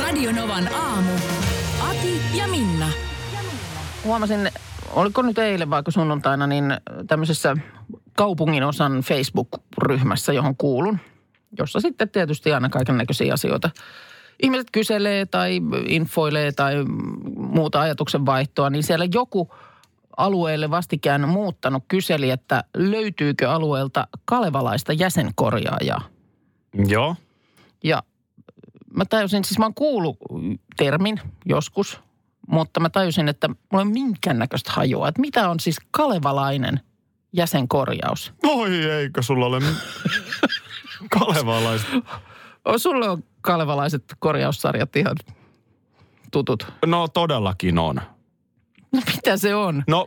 Radionovan aamu. Ati ja Minna. huomasin, oliko nyt eilen vai kun sunnuntaina, niin tämmöisessä kaupungin osan Facebook-ryhmässä, johon kuulun, jossa sitten tietysti aina kaiken näköisiä asioita ihmiset kyselee tai infoilee tai muuta ajatuksen vaihtoa, niin siellä joku alueelle vastikään muuttanut kyseli, että löytyykö alueelta kalevalaista jäsenkorjaajaa. Joo. Ja mä tajusin, siis mä oon kuullut termin joskus, mutta mä tajusin, että mulla ei ole minkäännäköistä hajua. Että mitä on siis kalevalainen jäsenkorjaus? Voi eikö sulla ole kalevalaiset? O, sulla on kalevalaiset korjaussarjat ihan tutut. No todellakin on. No mitä se on? No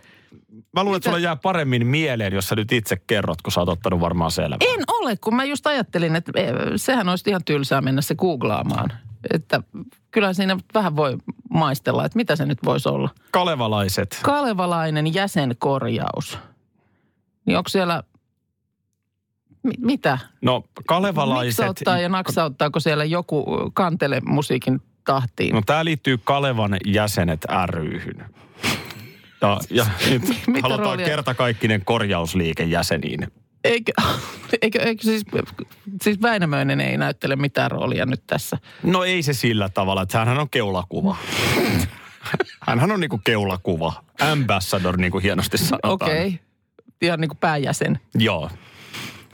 mä luulen, Mitä? että sulla jää paremmin mieleen, jos sä nyt itse kerrot, kun sä oot ottanut varmaan selvää. En ole, kun mä just ajattelin, että eh, sehän olisi ihan tylsää mennä se googlaamaan. Että kyllä siinä vähän voi maistella, että mitä se nyt voisi olla. Kalevalaiset. Kalevalainen jäsenkorjaus. Niin onko siellä... Mi- mitä? No kalevalaiset. Miksauttaa ja naksauttaako siellä joku kantele musiikin tahtiin? No tää liittyy Kalevan jäsenet ryhyn. Ja, ja Mitä nyt halutaan roolia? kertakaikkinen korjausliike jäseniin. Eikö, eikö, eikö siis, siis Väinämöinen ei näyttele mitään roolia nyt tässä. No ei se sillä tavalla, että hänhän on keulakuva. Hänhän on niinku keulakuva. Ambassador, niin kuin hienosti sanotaan. Okei. Okay. Ihan niin kuin pääjäsen. Joo.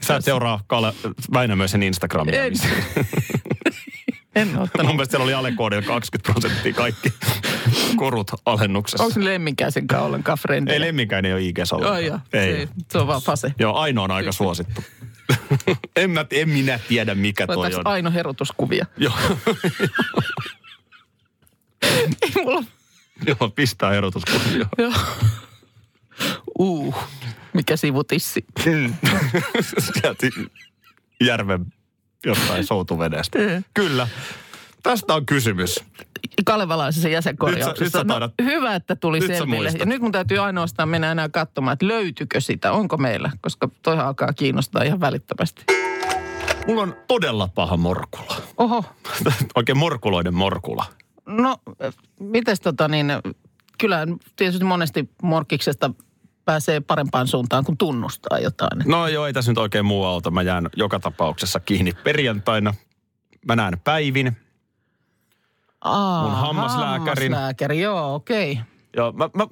Sä et seuraa Kale, Väinämöisen Instagramia. En, missä- en Mun ottanut. mielestä siellä oli alekoodilla 20 prosenttia kaikki korut alennuksessa. Onko lemminkäisen kanssa ollenkaan Ei frendejä? lemmikäinen ole ig Ai jaa, Ei. Se, Siis- se on vaan fase. Joo, Aino on aika suosittu. en, mä, en minä tiedä, mikä toi Laitaanko on. Aino herotuskuvia? Joo, Ei mulla... joo, pistää erotus. Joo. Uh, mikä sivutissi. Sieltä järven jostain soutuvedestä. Kyllä. Tästä on kysymys. kalevalaisessa jäsenkorjauksessa. Nyt sä- nyt sä taidat- no, hyvä, että tuli Nyt sä selville. muistat. Ja nyt mun täytyy ainoastaan mennä enää katsomaan, että löytyykö sitä, onko meillä, koska toi alkaa kiinnostaa ihan välittömästi. Mulla on todella paha morkula. Oho, Oikein morkuloiden morkula. no äh, mites tota niin, äh, kyllähän tietysti monesti morkiksesta pääsee parempaan suuntaan, kun tunnustaa jotain. No joo, ei tässä nyt oikein muu auta. Mä jään joka tapauksessa kiinni perjantaina. Mä näen päivin. Aa, mun hammaslääkärin- hammaslääkäri, joo, okei. Okay. Ja mä, mä,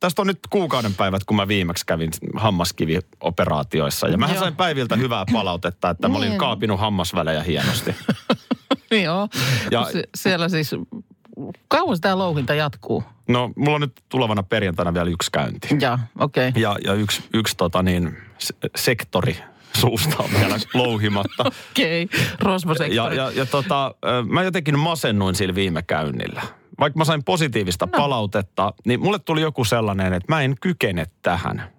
tästä on nyt kuukauden päivät, kun mä viimeksi kävin hammaskivioperaatioissa. Ja mähän Joo. sain päiviltä hyvää palautetta, että mä olin Niin. kaapinut hammasvälejä hienosti. joo, ja... Ja- Se, siellä siis, kauan tämä louhinta jatkuu? No, mulla on nyt tulevana perjantaina vielä yksi käynti. Joo, okei. Okay. Ja, ja yksi, yksi tota niin, se, sektori suusta on vielä louhimatta. Okei, okay. rosmosektori. Ja, ja, ja tota, ö, mä jotenkin masennuin sillä viime käynnillä. Vaikka mä sain positiivista no. palautetta, niin mulle tuli joku sellainen, että mä en kykene tähän.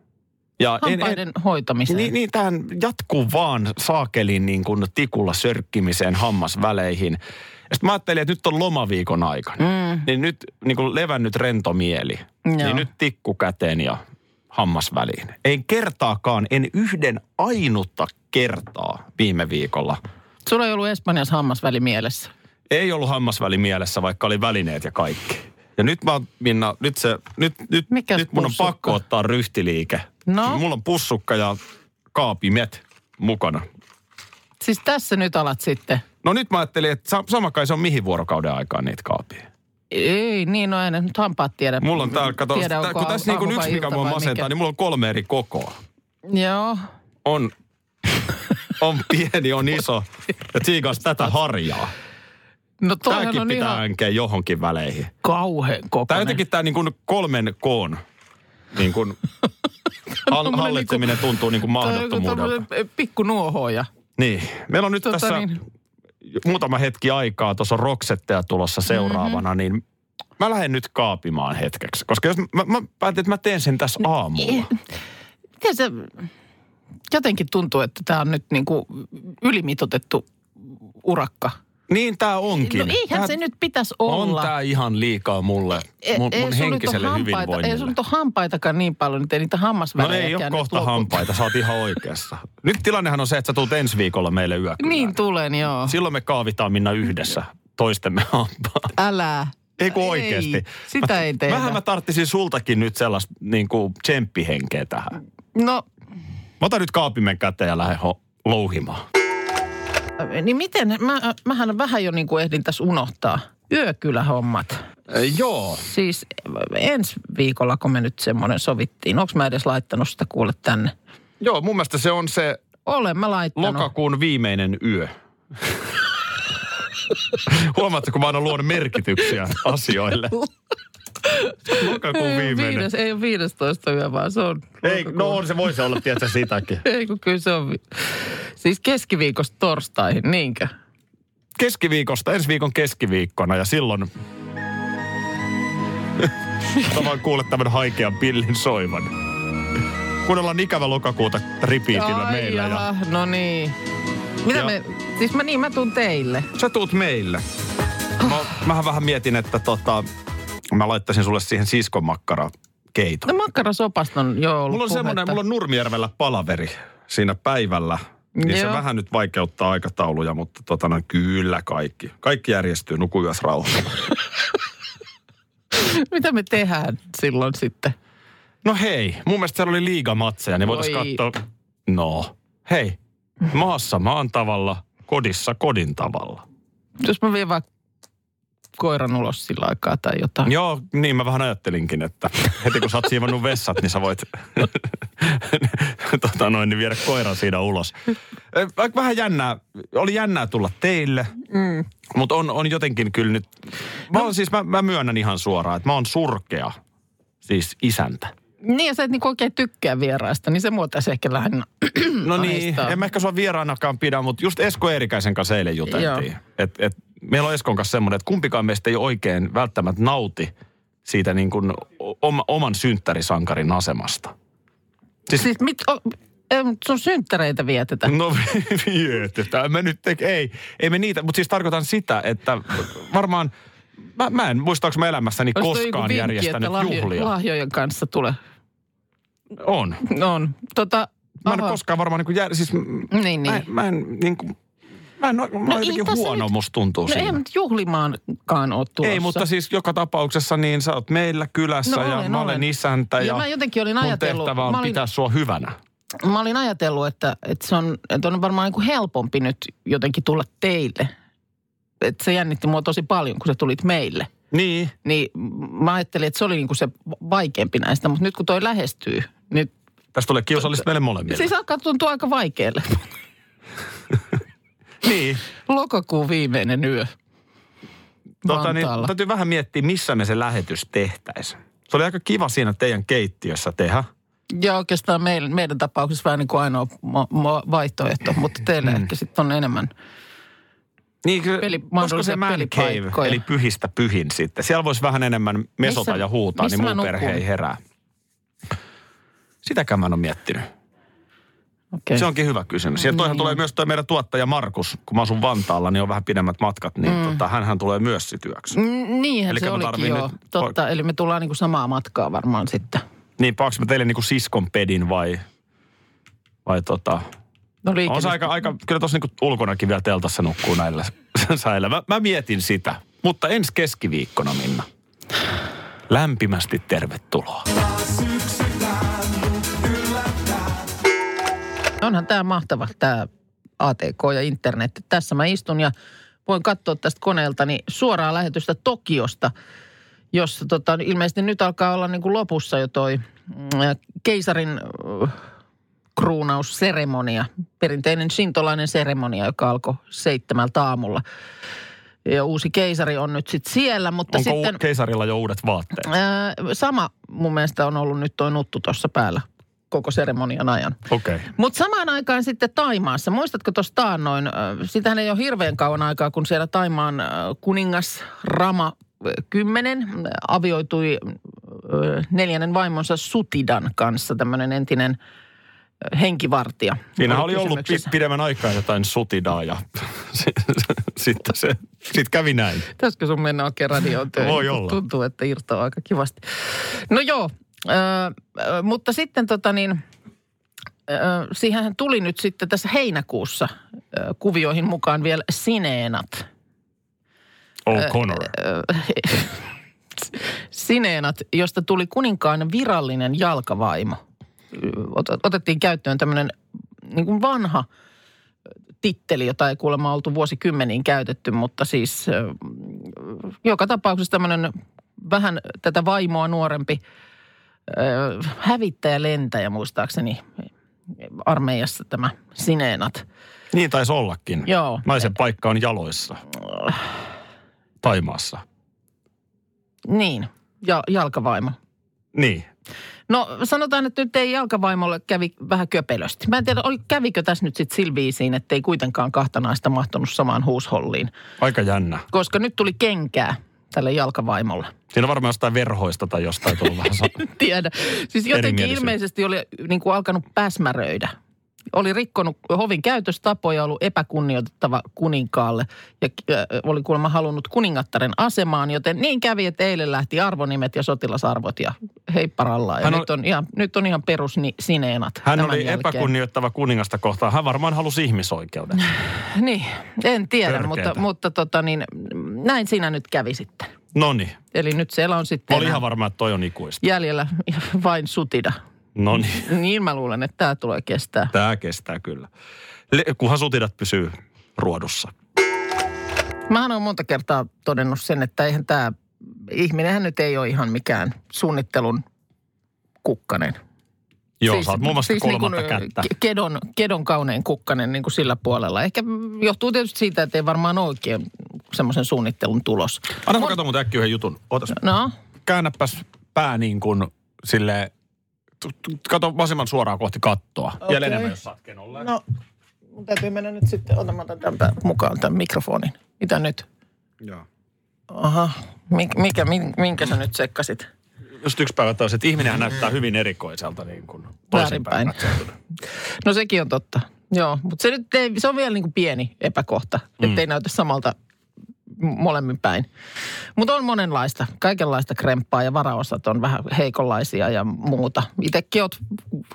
Ja en, en, Hampaiden hoitamiseen. niin, niin tähän jatkuu vaan saakelin niin kuin tikulla sörkkimiseen hammasväleihin. Ja sitten mä ajattelin, että nyt on lomaviikon aikana. Mm. Niin nyt niin kuin levännyt rento mieli. Joo. Niin nyt tikku käteen ja hammasväliin. En kertaakaan, en yhden ainutta kertaa viime viikolla – Sulla ei ollut Espanjassa hammasväli mielessä. ei ollut hammasväli mielessä, vaikka oli välineet ja kaikki. Ja nyt mä oon, Minna, nyt, se, nyt, nyt, Mikäs nyt mun on pussukka? pakko ottaa ryhtiliike. No? Mulla on pussukka ja kaapimet mukana. Siis tässä nyt alat sitten. No nyt mä ajattelin, että sa- sama kai se on mihin vuorokauden aikaan niitä kaapia. Ei, niin no en nyt hampaat tiedä. Mulla on täällä, kato, Tiedä, tää, onko kun tässä aamu- aamu niinku vai yksi, mikä ilta mua vai masentaa, mikä. niin mulla on kolme eri kokoa. Joo. On, on pieni, on iso ja tiikas tätä harjaa. No toihan Tämäkin on pitää ihan änkeä johonkin väleihin. kauhean Tämä kokoinen. jotenkin tämä niin kuin kolmen koon niin kuin hal- tommonen hallitseminen tuntuu niin kuin niinku- Toi on joku mahdottomuudelta. tommonen, eh, pikku nuohoja. Niin. Meillä on nyt Tota tässä niin. muutama hetki aikaa, tuossa on roksetteja tulossa Mhm. seuraavana, mm-hmm. niin mä lähden nyt kaapimaan hetkeksi. Koska jos mä, mä päätin, että mä teen sen tässä No aamulla. Miten se, jotenkin tuntuu, että tämä on nyt niin kuin ylimitotettu urakka. Niin tää onkin. No eihän Tää- se nyt pitäisi On olla. tää ihan liikaa mulle, mun, mun sulla nyt ole henkiselle hampaita, ei sun hyvinvoinnille. nyt ole hampaitakaan niin paljon, nyt ei niitä No hammasvälejä. ei ole kohta hampaita, sä oot ihan oikeassa. Nyt tilannehan on se, että sä tuut ensi viikolla meille yökylään. Niin tulen, joo. Silloin me kaavitaan Minna yhdessä toistemme hampaa. Älä. Ei kun oikeesti. Sitä ei tehdä. Vähän mä tarttisin sultakin nyt sellaista niin kuin tsemppihenkeä tähän. No, Mä otan nyt kaapimen käteen ja lähden ho- louhimaan. niin miten, mä, mähän vähän jo niin kuin ehdin tässä unohtaa. Yökylähommat. Eh, joo. Siis ensi viikolla, kun me nyt semmoinen sovittiin, onko mä edes laittanut sitä kuule tänne? Joo, mun mielestä se on se Olen mä laittanut. lokakuun viimeinen yö. Huomaatko, kun mä oon luonut merkityksiä asioille. Lokakuun Ei, ole viimeinen. viides, ei ole 15 yö, vaan se on... Ei, no on se, voisi olla, tietysti sitäkin. Ei kun kyllä se on... vi- Siis keskiviikosta torstaihin, niinkö? keskiviikosta, ensi viikon keskiviikkona ja silloin... Mä vaan kuulet tämän haikean pillin soivan. Kuunnellaan ikävä lokakuuta ripiitillä meillä ja... jaha, no niin. Mitä Ja- me... Siis mä niin, mä tuun teille. Sä tuut meille. Mä, mähän vähän mietin, että tota, mä laittaisin sulle siihen siskomakkara keito. No makkarasopasta on jo ollut Mulla on semmoinen, puhetta. mulla on Nurmijärvellä palaveri siinä päivällä. Niin se Joo. vähän nyt vaikeuttaa aikatauluja, mutta tota, no, kyllä kaikki. Kaikki järjestyy, nuku yössä rauhassa. Mitä me tehdään silloin sitten? No hei, mun mielestä siellä oli liigamatseja, niin voitaisiin Voi. katsoa. No, hei. Maassa maan tavalla, kodissa kodin tavalla. Jos mä vien vaikka koiran ulos sillä aikaa tai jotain. Joo, niin mä vähän ajattelinkin, että heti kun sä oot siivannut vessat, niin sä voit tota noin, niin viedä koiran siinä ulos. Eh, Vaikka vähän jännää, oli jännää tulla teille, mm. mutta on, on jotenkin kyllä nyt, mä, no. siis, mä, mä myönnän ihan suoraan, että mä oon surkea, siis isäntä. Niin ja sä et niinku oikein tykkää vieraista, niin se mua tässä ehkä lähinnä Mm. No niin, ahdistaa. en mä ehkä sua vieraanakaan pidä, mutta just Esko Eerikäisen kanssa eilen juteltiin. Joo. Et, et, meillä on Eskon kanssa semmoinen, että kumpikaan meistä ei oikein välttämättä nauti siitä niin kuin oma, oman synttärisankarin asemasta. Siis mit, o, ei, mut sun synttäreitä vietetään. No vietetään, me nyt te- ei, ei me niitä, mutta siis tarkoitan sitä, että varmaan, mä, mä en muistaakseni mä elämässäni Olis toi joku koskaan vinkki, järjestänyt että lahjo- juhlia. lahjojen kanssa tule. On. On. Tota, Mä en aha. ole koskaan varmaan niin kuin jär, siis, niin. Niin, mä, en- niin. mä en niin kuin, mä en, ole- mä No no, ei jotenkin tässä huono nyt- musta tuntuu No siinä. ei nyt juhlimaankaan ole tulossa. Ei, mutta siis joka tapauksessa niin sä oot meillä kylässä No ja olen, mä olen olen. isäntä ja, Ja mä jotenkin olin mun ajatellut- tehtävä on mä olin- pitää sua hyvänä. Mä olin ajatellut, että, että, se on, että on varmaan niin kuin helpompi nyt jotenkin tulla teille. Että se jännitti mua tosi paljon, kun sä tulit meille. Niin. Niin mä ajattelin, että se oli niin kuin se vaikeampi näistä, mutta nyt kun toi lähestyy, nyt Tästä tulee kiusallista meille molemmille. siis alkaa tuntua aika vaikealle. Siis- niin. Lokakuun viimeinen yö. Tota, niin, Vantaalla. täytyy vähän miettiä, missä me se lähetys tehtäisiin. Se oli aika kiva siinä teidän keittiössä tehdä. tota- Ja oikeastaan meidän, meidän tapauksessa vähän niin kuin ainoa mo, mo, vaihtoehto, mutta teillä mm. ehkä sitten on enemmän. Niin, kyllä- Peli- olisiko se mahdollisia man cave, pelipaikkoja. eli pyhistä pyhin sitten. Siellä voisi vähän enemmän mesota Missä- ja huutaa, missä niin mä mun nukun? perhe ei herää. Sitäkään mä en ole miettinyt. Okay. Se onkin hyvä kysymys. Ja toihan tulee myös toi meidän tuottaja Markus, kun mä asun Vantaalla, niin on vähän pidemmät matkat, niin mm. tota, hänhän tulee myös sit yöksi. Mm, Niinhän Elikkä se mä olikin tarviin joo. nyt- Totta, eli me tullaan niin kuin samaa matkaa varmaan sitten. Niin, paaks mä teille niinku siskon pedin vai, vai tota... No On se liikenne. aika, aika, kyllä tuossa niinku ulkonakin vielä teltassa nukkuu näillä säillä. Mä, mä mietin sitä, mutta ensi keskiviikkona Minna. Lämpimästi tervetuloa. Onhan tämä mahtava tämä ATK ja internet. Tässä mä istun ja voin katsoa tästä koneeltani suoraa lähetystä Tokiosta, jossa tota, ilmeisesti nyt alkaa olla niin kuin lopussa jo toi mm, keisarin äh, kruunausseremonia. Perinteinen shintolainen seremonia, joka alkoi seitsemältä aamulla. Ja uusi keisari on nyt sitten siellä, mutta Onko sitten... Mm. äh, sitten... keisarilla jo uudet vaatteet? Öö, sama mun mielestä on ollut nyt toi nuttu tuossa päällä koko seremonian ajan. Okei. Okay. Mutta samaan aikaan sitten Taimaassa, muistatko tuossa taannoin, äh, sitähän ei ole hirveän kauan aikaa, kun siellä Taimaan äh, kuningas Rama äh, 10 äh, avioitui äh, neljännen vaimonsa Sutidan kanssa, tämmöinen entinen äh, henkivartija. Siinä oli ollut kysymyksessä. pi- pidemmän aikaa jotain sutidaa ja sitten se, sit kävi näin. Pitäisikö sun mennä oikein radioon töihin? Voi kun olla. Tuntuu, että irtoaa aika kivasti. No joo, ö, ö, mutta sitten tota niin, ö, siihenhän tuli nyt sitten tässä heinäkuussa ö, kuvioihin mukaan vielä sineenat. O'Connor. Ö, sineenat, josta tuli kuninkaan virallinen jalkavaimo. Ö, ot- Otettiin käyttöön tämmöinen niin kuin vanha titteli, jota ei kuulemma oltu vuosikymmeniin käytetty, mutta siis ö, joka tapauksessa tämmöinen vähän tätä vaimoa nuorempi ö, hävittäjä lentäjä muistaakseni armeijassa tämä Sineenat. Niin taisi ollakin. Joo. Naisen paikka on jaloissa. Taimaassa. Niin, ja jalkavaimo. Niin. No sanotaan, että nyt ei jalkavaimolle kävi vähän köpelösti. Mä en tiedä, oli, kävikö tässä nyt sitten silviisiin, että ei kuitenkaan kahta naista mahtunut samaan huusholliin. Aika jännä. Koska nyt tuli kenkää tälle jalkavaimolle. Siinä on varmaan jostain verhoista tai jostain tullut vähän sa- En tiedä. Siis jotenkin Erimielisyyttä. ilmeisesti oli niin kuin alkanut päsmäröidä. Oli rikkonut hovin käytöstapoja, ollut epäkunnioitettava kuninkaalle ja äh, oli kuulemma halunnut kuningattaren asemaan, joten niin kävi, että eilen lähti arvonimet ja sotilasarvot ja heipparallaan. Ja Hän Hän oli- nyt, on ihan, nyt on ihan perus ni- sineenat Hän tämän oli jälkeen. epäkunnioittava kuningasta kohtaan. Hän varmaan halusi ihmisoikeuden. Niin, en tiedä, Törkeetä. mutta, mutta tota niin, näin siinä nyt kävi sitten. No niin. Eli nyt siellä on Mä sitten olin enää ihan varma, että toi on ikuista. jäljellä vain sutida. No niin. Niin mä luulen, että tämä tulee kestää. Tämä kestää kyllä. Le- kunhan sutidat pysyy ruodussa. Mähän olen monta kertaa todennut sen, että eihän tämä, ihminenhän nyt ei ole ihan mikään suunnittelun kukkanen. Joo, siis, saat muun muassa siis kolmatta niin niin kuin, kättä. ke- Kedon, kedon kaunein kukkanen niin kuin sillä puolella. Ehkä johtuu tietysti siitä, että ei varmaan oikein semmoisen suunnittelun tulos. Anna mä katson muuten äkkiä yhden jutun. Ootas, No, käännäpäs pää niin kuin silleen, tu- tu- kato vasemman suoraan kohti kattoa. Okay. Vielä enemmän, jos saat kenolle. no mun täytyy mennä nyt sitten otamaan tämän mukaan tämän mikrofonin. Mitä nyt? Joo. Aha, Mik, mikä, min- minkä sä nyt sekkasit? Just yksi päivä taas, että ihminenhän näyttää hyvin erikoiselta niin kuin Väärinpäin. toisinpäin. katsottuna. No sekin on totta. Joo, mutta se, nyt ei, se on vielä niin kuin pieni epäkohta, mm. ettei näytä samalta m- molemmin päin. Mutta on monenlaista, kaikenlaista kremppaa ja varaosat on vähän heikonlaisia ja muuta. Itsekin oot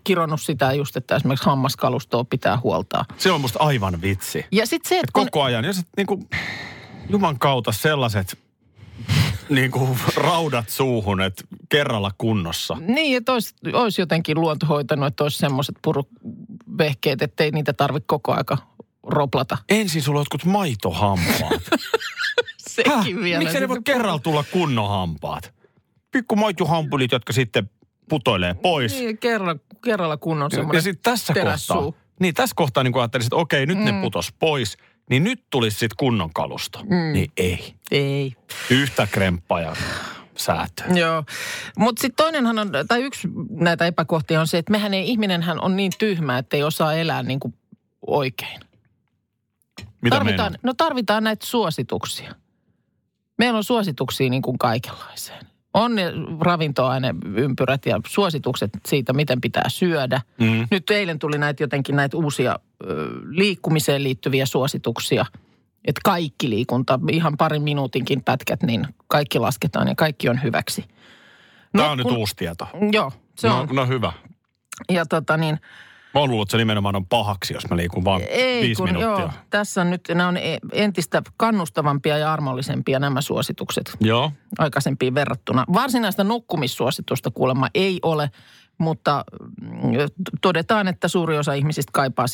kironnut sitä just, että esimerkiksi hammaskalustoa pitää huoltaa. Se on musta aivan vitsi. Ja sitten se, että kun... Koko ajan, jos et niin kuin, juman kautta sellaiset niin kuin, raudat suuhun, että kerralla kunnossa. Niin, että olisi, olisi jotenkin luonto hoitanut, että olisi semmoiset puruvehkeet, ettei niitä tarvitse koko aika roplata. Ensin sulla on jotkut maitohampaat. Sekin Häh? vielä. Miksei ne voi Niin- kerralla tulla kunnon hampaat? Pikku maitohampulit, jotka sitten putoilee pois. Niin, kerralla, kerralla kunnon Ja- semmoinen. ja sitten tässä terässuu. kohtaa, niin tässä kohtaa niin kun ajattelisin, että okei, nyt mm. ne putos pois, niin nyt tulisi sitten kunnon kalusto. Mm. Niin ei. Ei. Yhtä kremppaa ja säätöä. Joo, mutta sitten toinenhan on, tai yksi näitä epäkohtia on se, että mehän ei, ihminenhän on niin tyhmä, että ei osaa elää niin kuin oikein. Mitä tarvitaan, meinaat? no tarvitaan näitä suosituksia. Meillä on suosituksia niin kuin kaikenlaiseen. On ne ravintoaineympyrät ja suositukset siitä, miten pitää syödä. Mm. Nyt eilen tuli näitä jotenkin näitä uusia ö, liikkumiseen liittyviä suosituksia. Että kaikki liikunta, ihan parin minuutinkin pätkät, niin kaikki lasketaan ja kaikki on hyväksi. Tämä No, on nyt kun- uusi tieto. Joo, se No, on. no hyvä. Ja tota niin, Mä oon luullut, että se nimenomaan on pahaksi, jos mä liikun vaan ei viisi kun minuuttia. joo, tässä on nyt, nämä on e- entistä kannustavampia ja armollisempia nämä suositukset Joo. aikaisempiin verrattuna. Varsinaista nukkumissuositusta kuulemma ei ole, mutta mm, todetaan, että suuri osa ihmisistä kaipaa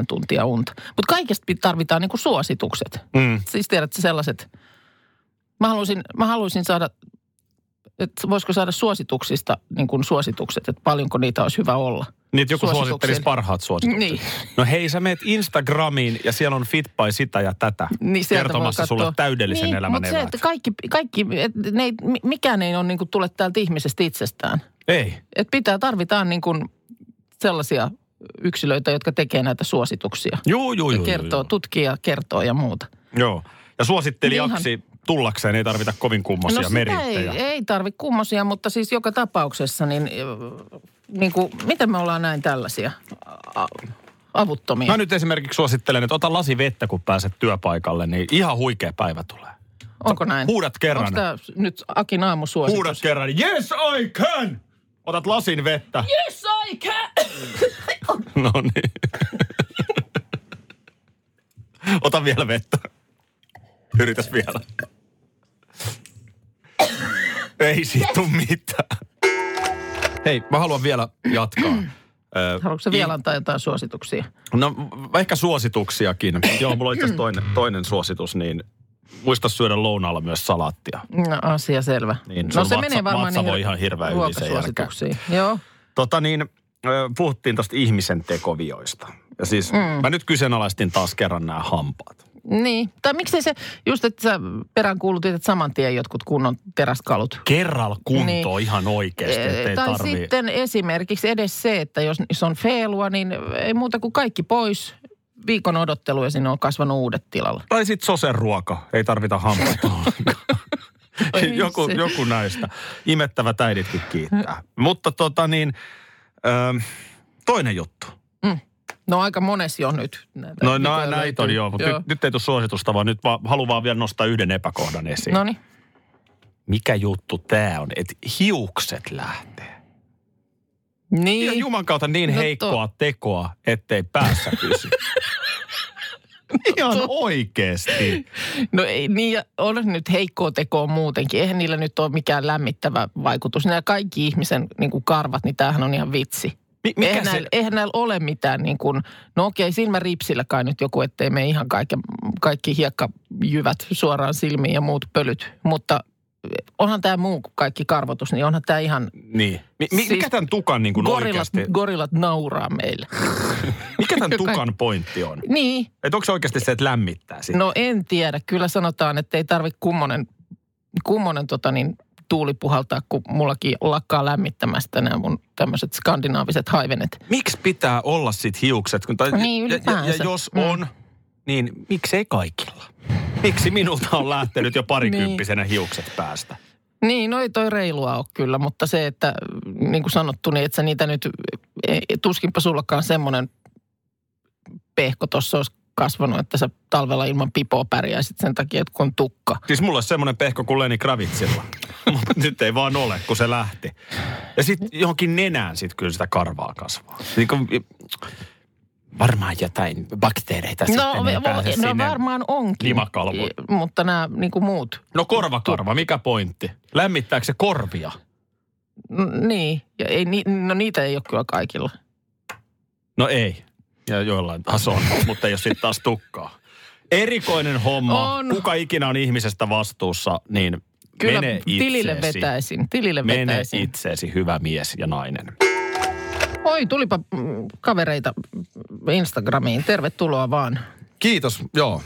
7-9 tuntia unta. Mutta kaikesta pit- tarvitaan niinku suositukset. Mm. Siis tiedätkö sellaiset, mä haluaisin, mä haluaisin saada, että voisiko saada suosituksista niin kuin suositukset, että paljonko niitä olisi hyvä olla. Niin, että joku Suosituksia. suosittelisi parhaat suositukset. Niin. No hei, sä meet Instagramiin ja siellä on fit by sitä ja tätä. Niin sieltä voi kertomassa sulle katsoa. täydellisen niin, elämän mutta se, eväät. että kaikki, kaikki et ne, ei- mi- mikään ei ole niin kuin tule täältä ihmisestä itsestään. Ei. Et pitää, tarvitaan niin kuin sellaisia yksilöitä, jotka tekee näitä suosituksia. Joo, joo, Ja joo. kertoo, joo, tutkija kertoo ja muuta. joo. joo. Ja suosittelijaksi tullakseen ei tarvita kovin kummosia no sitä ei, merittejä. ei tarvi kummosia, mutta siis joka tapauksessa, niin, ö, niin kuin, miten me ollaan näin tällaisia a- avuttomia? Mä No nyt esimerkiksi suosittelen, että ota lasi vettä, kun pääset työpaikalle, niin ihan huikea päivä tulee. Onko näin? huudat kerran. Onko tämä nyt Akin aamusuositus? Huudat kerran, yes I can! Otat lasin vettä. Yes, I can! No niin. Ota vielä vettä. Yritäs vielä. Ei siitä tuu mitään. Hei, mä haluan vielä jatkaa. Ö, Haluatko sä vielä antaa jotain suosituksia? No ehkä suosituksiakin. Joo, mulla on itse asiassa toinen, toinen suositus, niin muista syödä lounaalla myös salaattia. No asia selvä. Niin, no sun vatsa- vatsa voi ihan hirveän yli sen ruokasuosituksiin. Joo. Tota niin, ö, puhuttiin tuosta ihmisen tekovioista. Ja siis mm. mä nyt kyseenalaistin taas kerran nämä hampaat. Niin. Tai miksei se, just että sä peräänkuulutit, että saman tien jotkut kunnon teräskalut. Kerralla kuntoon Niin. niin. ihan oikeasti, ettei Eh, Tai tarvii. sitten esimerkiksi edes se, että jos se on feelua, niin ei muuta kuin kaikki pois. Viikon odottelu ja sinne on kasvanut uudet tilalle. Tai sitten sosen ruoka, ei tarvita hampaita ollenkaan. Ei joku, se. joku näistä. Imettävät äiditkin kiittää. Mutta tota niin, ö, toinen juttu. No aika mones jo nyt. Näitä, No, mitä no näitä on löytyy. joo, mutta nyt, nyt ei tule suositusta, vaan nyt vaan, haluan vaan vielä nostaa yhden epäkohdan esiin. Noniin. Mikä juttu tämä on, että hiukset lähtee? Niin. Ihan juman kautta niin No to- heikkoa tekoa, ettei päässä pysy. Niin Ihan oikeesti. No ei, niin ja on nyt heikkoa tekoa muutenkin. Eihän niillä nyt ole mikään lämmittävä vaikutus. Nämä kaikki ihmisen niin kuin karvat, niin tämähän on ihan vitsi. Mi- mikä eihän, se- näillä, eihän näillä ole mitään niin kuin, no okei, silmä ripsillä kai nyt joku, ettei me ihan kaikki, kaikki hiekkajyvät suoraan silmiin ja muut pölyt. Mutta onhan tämä muu kuin kaikki karvotus, niin onhan tämä ihan, Niin. Mi- mi- Siis mikä tämän tukan niin kuin gorillat, oikeasti, gorillat nauraa meille. mikä tämän tukan pointti on? Niin, Et onko se oikeasti se, että lämmittää sitä? No en tiedä. Kyllä sanotaan, että ei tarvitse kummonen, kummonen tota niin, tuuli puhaltaa, kun mullakin lakkaa lämmittämästä nämä mun tämmöiset skandinaaviset haivenet. Miksi pitää olla sit hiukset? Kun, tai, Niin, ja, ja, ja ylipäänsä. jos Mm. on, niin miksei kaikilla? Miksi minulta on lähtenyt jo parikymppisenä hiukset päästä? Niin, no ei toi reilua ole kyllä, mutta se, että niin kuin sanottu, niin että sä niitä nyt, ei, tuskinpa sullakaan semmoinen pehko tuossa olisi kasvanut, että sä talvella ilman pipoa pärjäisit sen takia, että kun on tukka. Siis mulla olisi semmoinen pehko kuin Lenny Kravitsilla. Mutta nyt ei vaan ole, kun se lähti. Ja sitten johonkin nenään sit kyllä sitä karvaa kasvaa. Niin kun, varmaan jotain bakteereita no, ei vo- pääse no sinne. varmaan onkin. limakalvoihin. Mutta nämä niin kuin muut No korvakarva, mikä pointti? Lämmittääkö se korvia? N- niin, ja ei, ni, no niitä ei ole kyllä kaikilla. No ei. Ja joillain taas on, mutta jos sitten taas tukkaa. Erikoinen homma. On. Kuka ikinä on ihmisestä vastuussa, niin Kyllä mene tilille itseesi. vetäisin, tilille Mene vetäisin. itseesi, hyvä mies ja nainen. Oi, tulipa mm, kavereita mm, Instagramiin. Tervetuloa vaan. Kiitos, joo.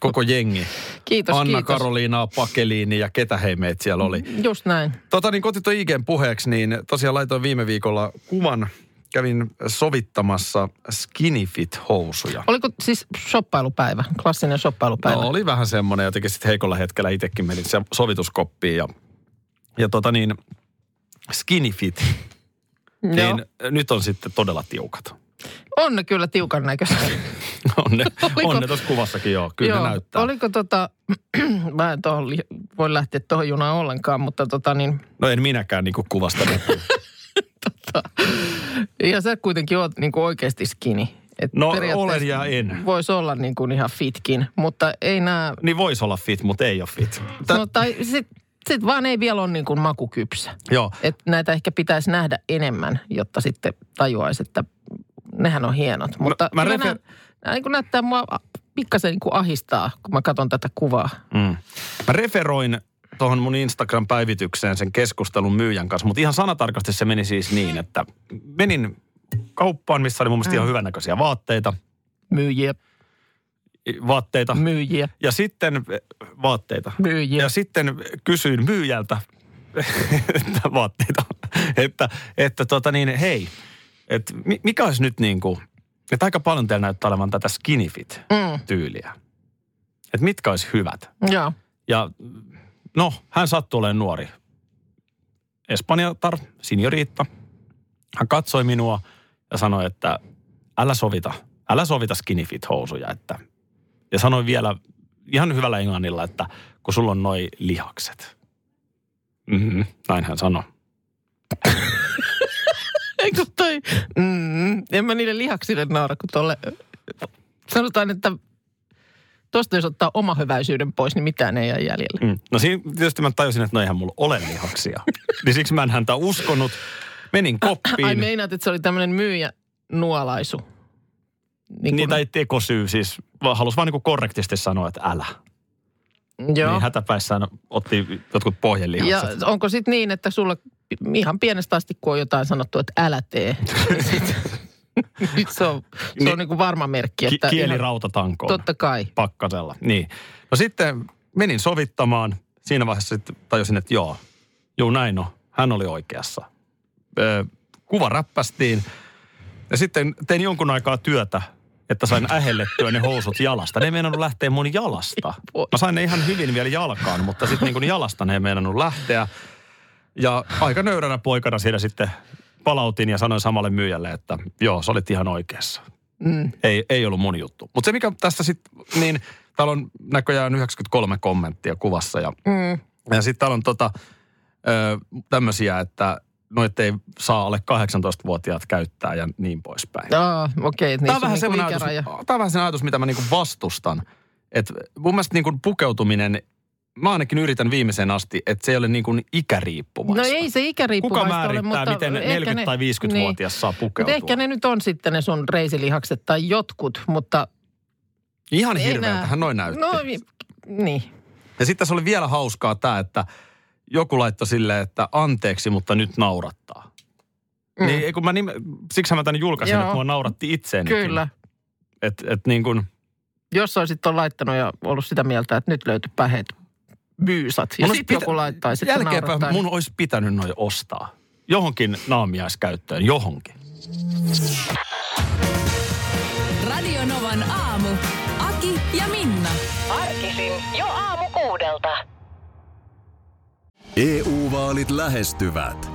Koko jengi. Kiitos, Anna kiitos. Karoliinaa, Pakeliini ja ketä hei meitä siellä oli. Just näin. Tota niin, kun otit tuon IGn puheeksi, niin tosiaan laitoin viime viikolla kuvan. Kävin sovittamassa skinny fit housuja. Oliko siis shoppailupäivä, klassinen shoppailupäivä? No, oli vähän semmoinen, jotenkin sitten heikolla hetkellä itsekin menin se sovituskoppiin ja, ja tota niin, skinny fit, Joo. niin nyt on sitten todella tiukat. On ne kyllä tiukan näköistä. On ne, Oliko- on ne tuossa kuvassakin joo, kyllä ne näyttää. Oliko tota, mä en tohon li- voi lähteä tohon junaan ollenkaan, mutta tota niin, No en minäkään niinku kuvasta näkyy. ja sä kuitenkin oot niin kuin oikeasti skinny. Et No periaatteessa- olen ja en. voisi olla niin kuin ihan fitkin, mutta ei nämä... Niin voisi olla fit, mutta ei ole fit. Tä, No tai sit, sit vaan ei vielä ole niin kuin makukypsä. joo. Et näitä ehkä pitäisi nähdä enemmän, jotta sitten tajuaisi, että nehän on hienot. Mutta No, mä mä, mä refer- refer... nämä, niin kuin näyttää mua a- pikkasen niin kuin ahistaa, kun mä katson tätä kuvaa. Mm. Mä referoin tuohon mun Instagram-päivitykseen sen keskustelun myyjän kanssa, mutta ihan sanatarkasti se meni siis niin, että menin kauppaan, missä oli mun mielestä ihan hyvännäköisiä vaatteita. Myyjiä, vaatteita. myyjiä, Ja sitten vaatteita. myyjiä. Ja sitten kysyin myyjältä että vaatteita, että, että tota niin, hei, Et mi- mikä olisi nyt niin kuin, että aika paljon teillä näyttää olevan tätä skinny fit-tyyliä. Että mitkä olisi hyvät. Joo. Ja no, hän sattuu olemaan nuori. Espanjatar, senioriitta. Hän katsoi minua ja sanoi, että älä sovita, älä sovita skinny fit housuja. Että, ja sanoi vielä ihan hyvällä englannilla, että kun sulla on noi lihakset. Mm-hmm, näin hän sanoi. Eikö toi? Mm, en mä niille lihaksille naura, kun tolle... Sanotaan, että tosta jos ottaa oma hyväisyyden pois, niin mitään ei jää jäljelle. Mm. No siinä tietysti mä tajusin, että no eihän mulla ole lihaksia. niin siksi mä en häntä uskonut. Menin koppiin. Ai meinaat, että se oli tämmöinen myyjä nuolaisu. Niin, Niin, tai tekosyy siis. Vaan Halusi vaan niin korrektisti sanoa, että älä. joo. Niin hätäpäissään otti jotkut Ja pohjelihakset. onko sitten niin, että sulla ihan pienestä asti, kun on jotain sanottu, että älä tee, niin sit, sit se on, se Niin. on niinku varma merkki. Ki- Että kieli ihan- rautatankoon. Totta kai. Pakkasella. Niin. No sitten menin sovittamaan. Siinä vaiheessa sitten tajusin, että joo. Joo, näin on. Hän oli oikeassa. Ö, kuva räppästiin. Ja sitten tein jonkun aikaa työtä, että sain ähellettyä ne housut jalasta. Ne ei meinannut lähteä mun jalasta. Voi. Mä sain ne ihan hyvin vielä jalkaan, mutta sitten niin jalasta ne ei meinannut lähteä. Ja aika nöyränä poikana siellä sitten palautin ja sanoin samalle myyjälle, että joo, sä olit ihan oikeassa. Mm. Ei, ei ollut mun juttu. Mutta se mikä tässä sitten, niin täällä on näköjään 93 kommenttia kuvassa ja, mm. ja sitten täällä on tota, ö, tämmöisiä, että noit ei saa alle 18-vuotiaat käyttää ja niin poispäin. Aa, okei, okay, niissä Tämä on, on vähän niinku semmoinen ikäraja. ajatus, tämä on vähän sellainen ajatus, mitä mä niinku vastustan. Et mun mielestä niinku pukeutuminen, mä ainakin yritän viimeiseen asti, että se ei ole niinku No ikäriippuvaista. ei se Kuka ikariippuvaista ole, määrittää, mutta miten ehkä 40- tai ne, niin. 50-vuotias saa Mutta pukeutua? ehkä ne nyt on sitten ne sun reisilihakset tai jotkut, mutta Ihan ei hirveältähän noin näytti. No vi- niin. Ja sitten tässä oli vielä hauskaa tämä, että joku laittoi silleen, että anteeksi, mutta nyt naurattaa. Mm. Niin, ei kun mä nime, siksi mä tänne julkaisin, Joo. että mua nauratti itseeni. Kyllä. Että et niin kuin, Jos olisit on laittanut ja ollut sitä mieltä, että nyt löytyi päheet byysat ja Mun sitten olisi No pitä- joku laittaisi, että jälkeenpäin naurattaa. mun olisi pitänyt noin ostaa. Johonkin naamiaiskäyttöön, johonkin. Radio Novan aamu. Aki ja Minna. Arkisin jo aamu kuudelta. EU-vaalit E lähestyvät.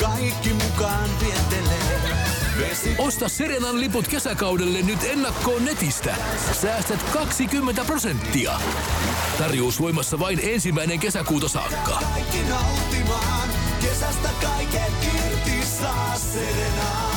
kaikki mukaan vientelee. Vesi... Osta Serenan liput kesäkaudelle nyt ennakkoon netistä. Säästät 20 prosenttia. Tarjous voimassa vain ensimmäinen kesäkuuta saakka. Kaikki nauttimaan, kesästä kaiken irti saa Serena.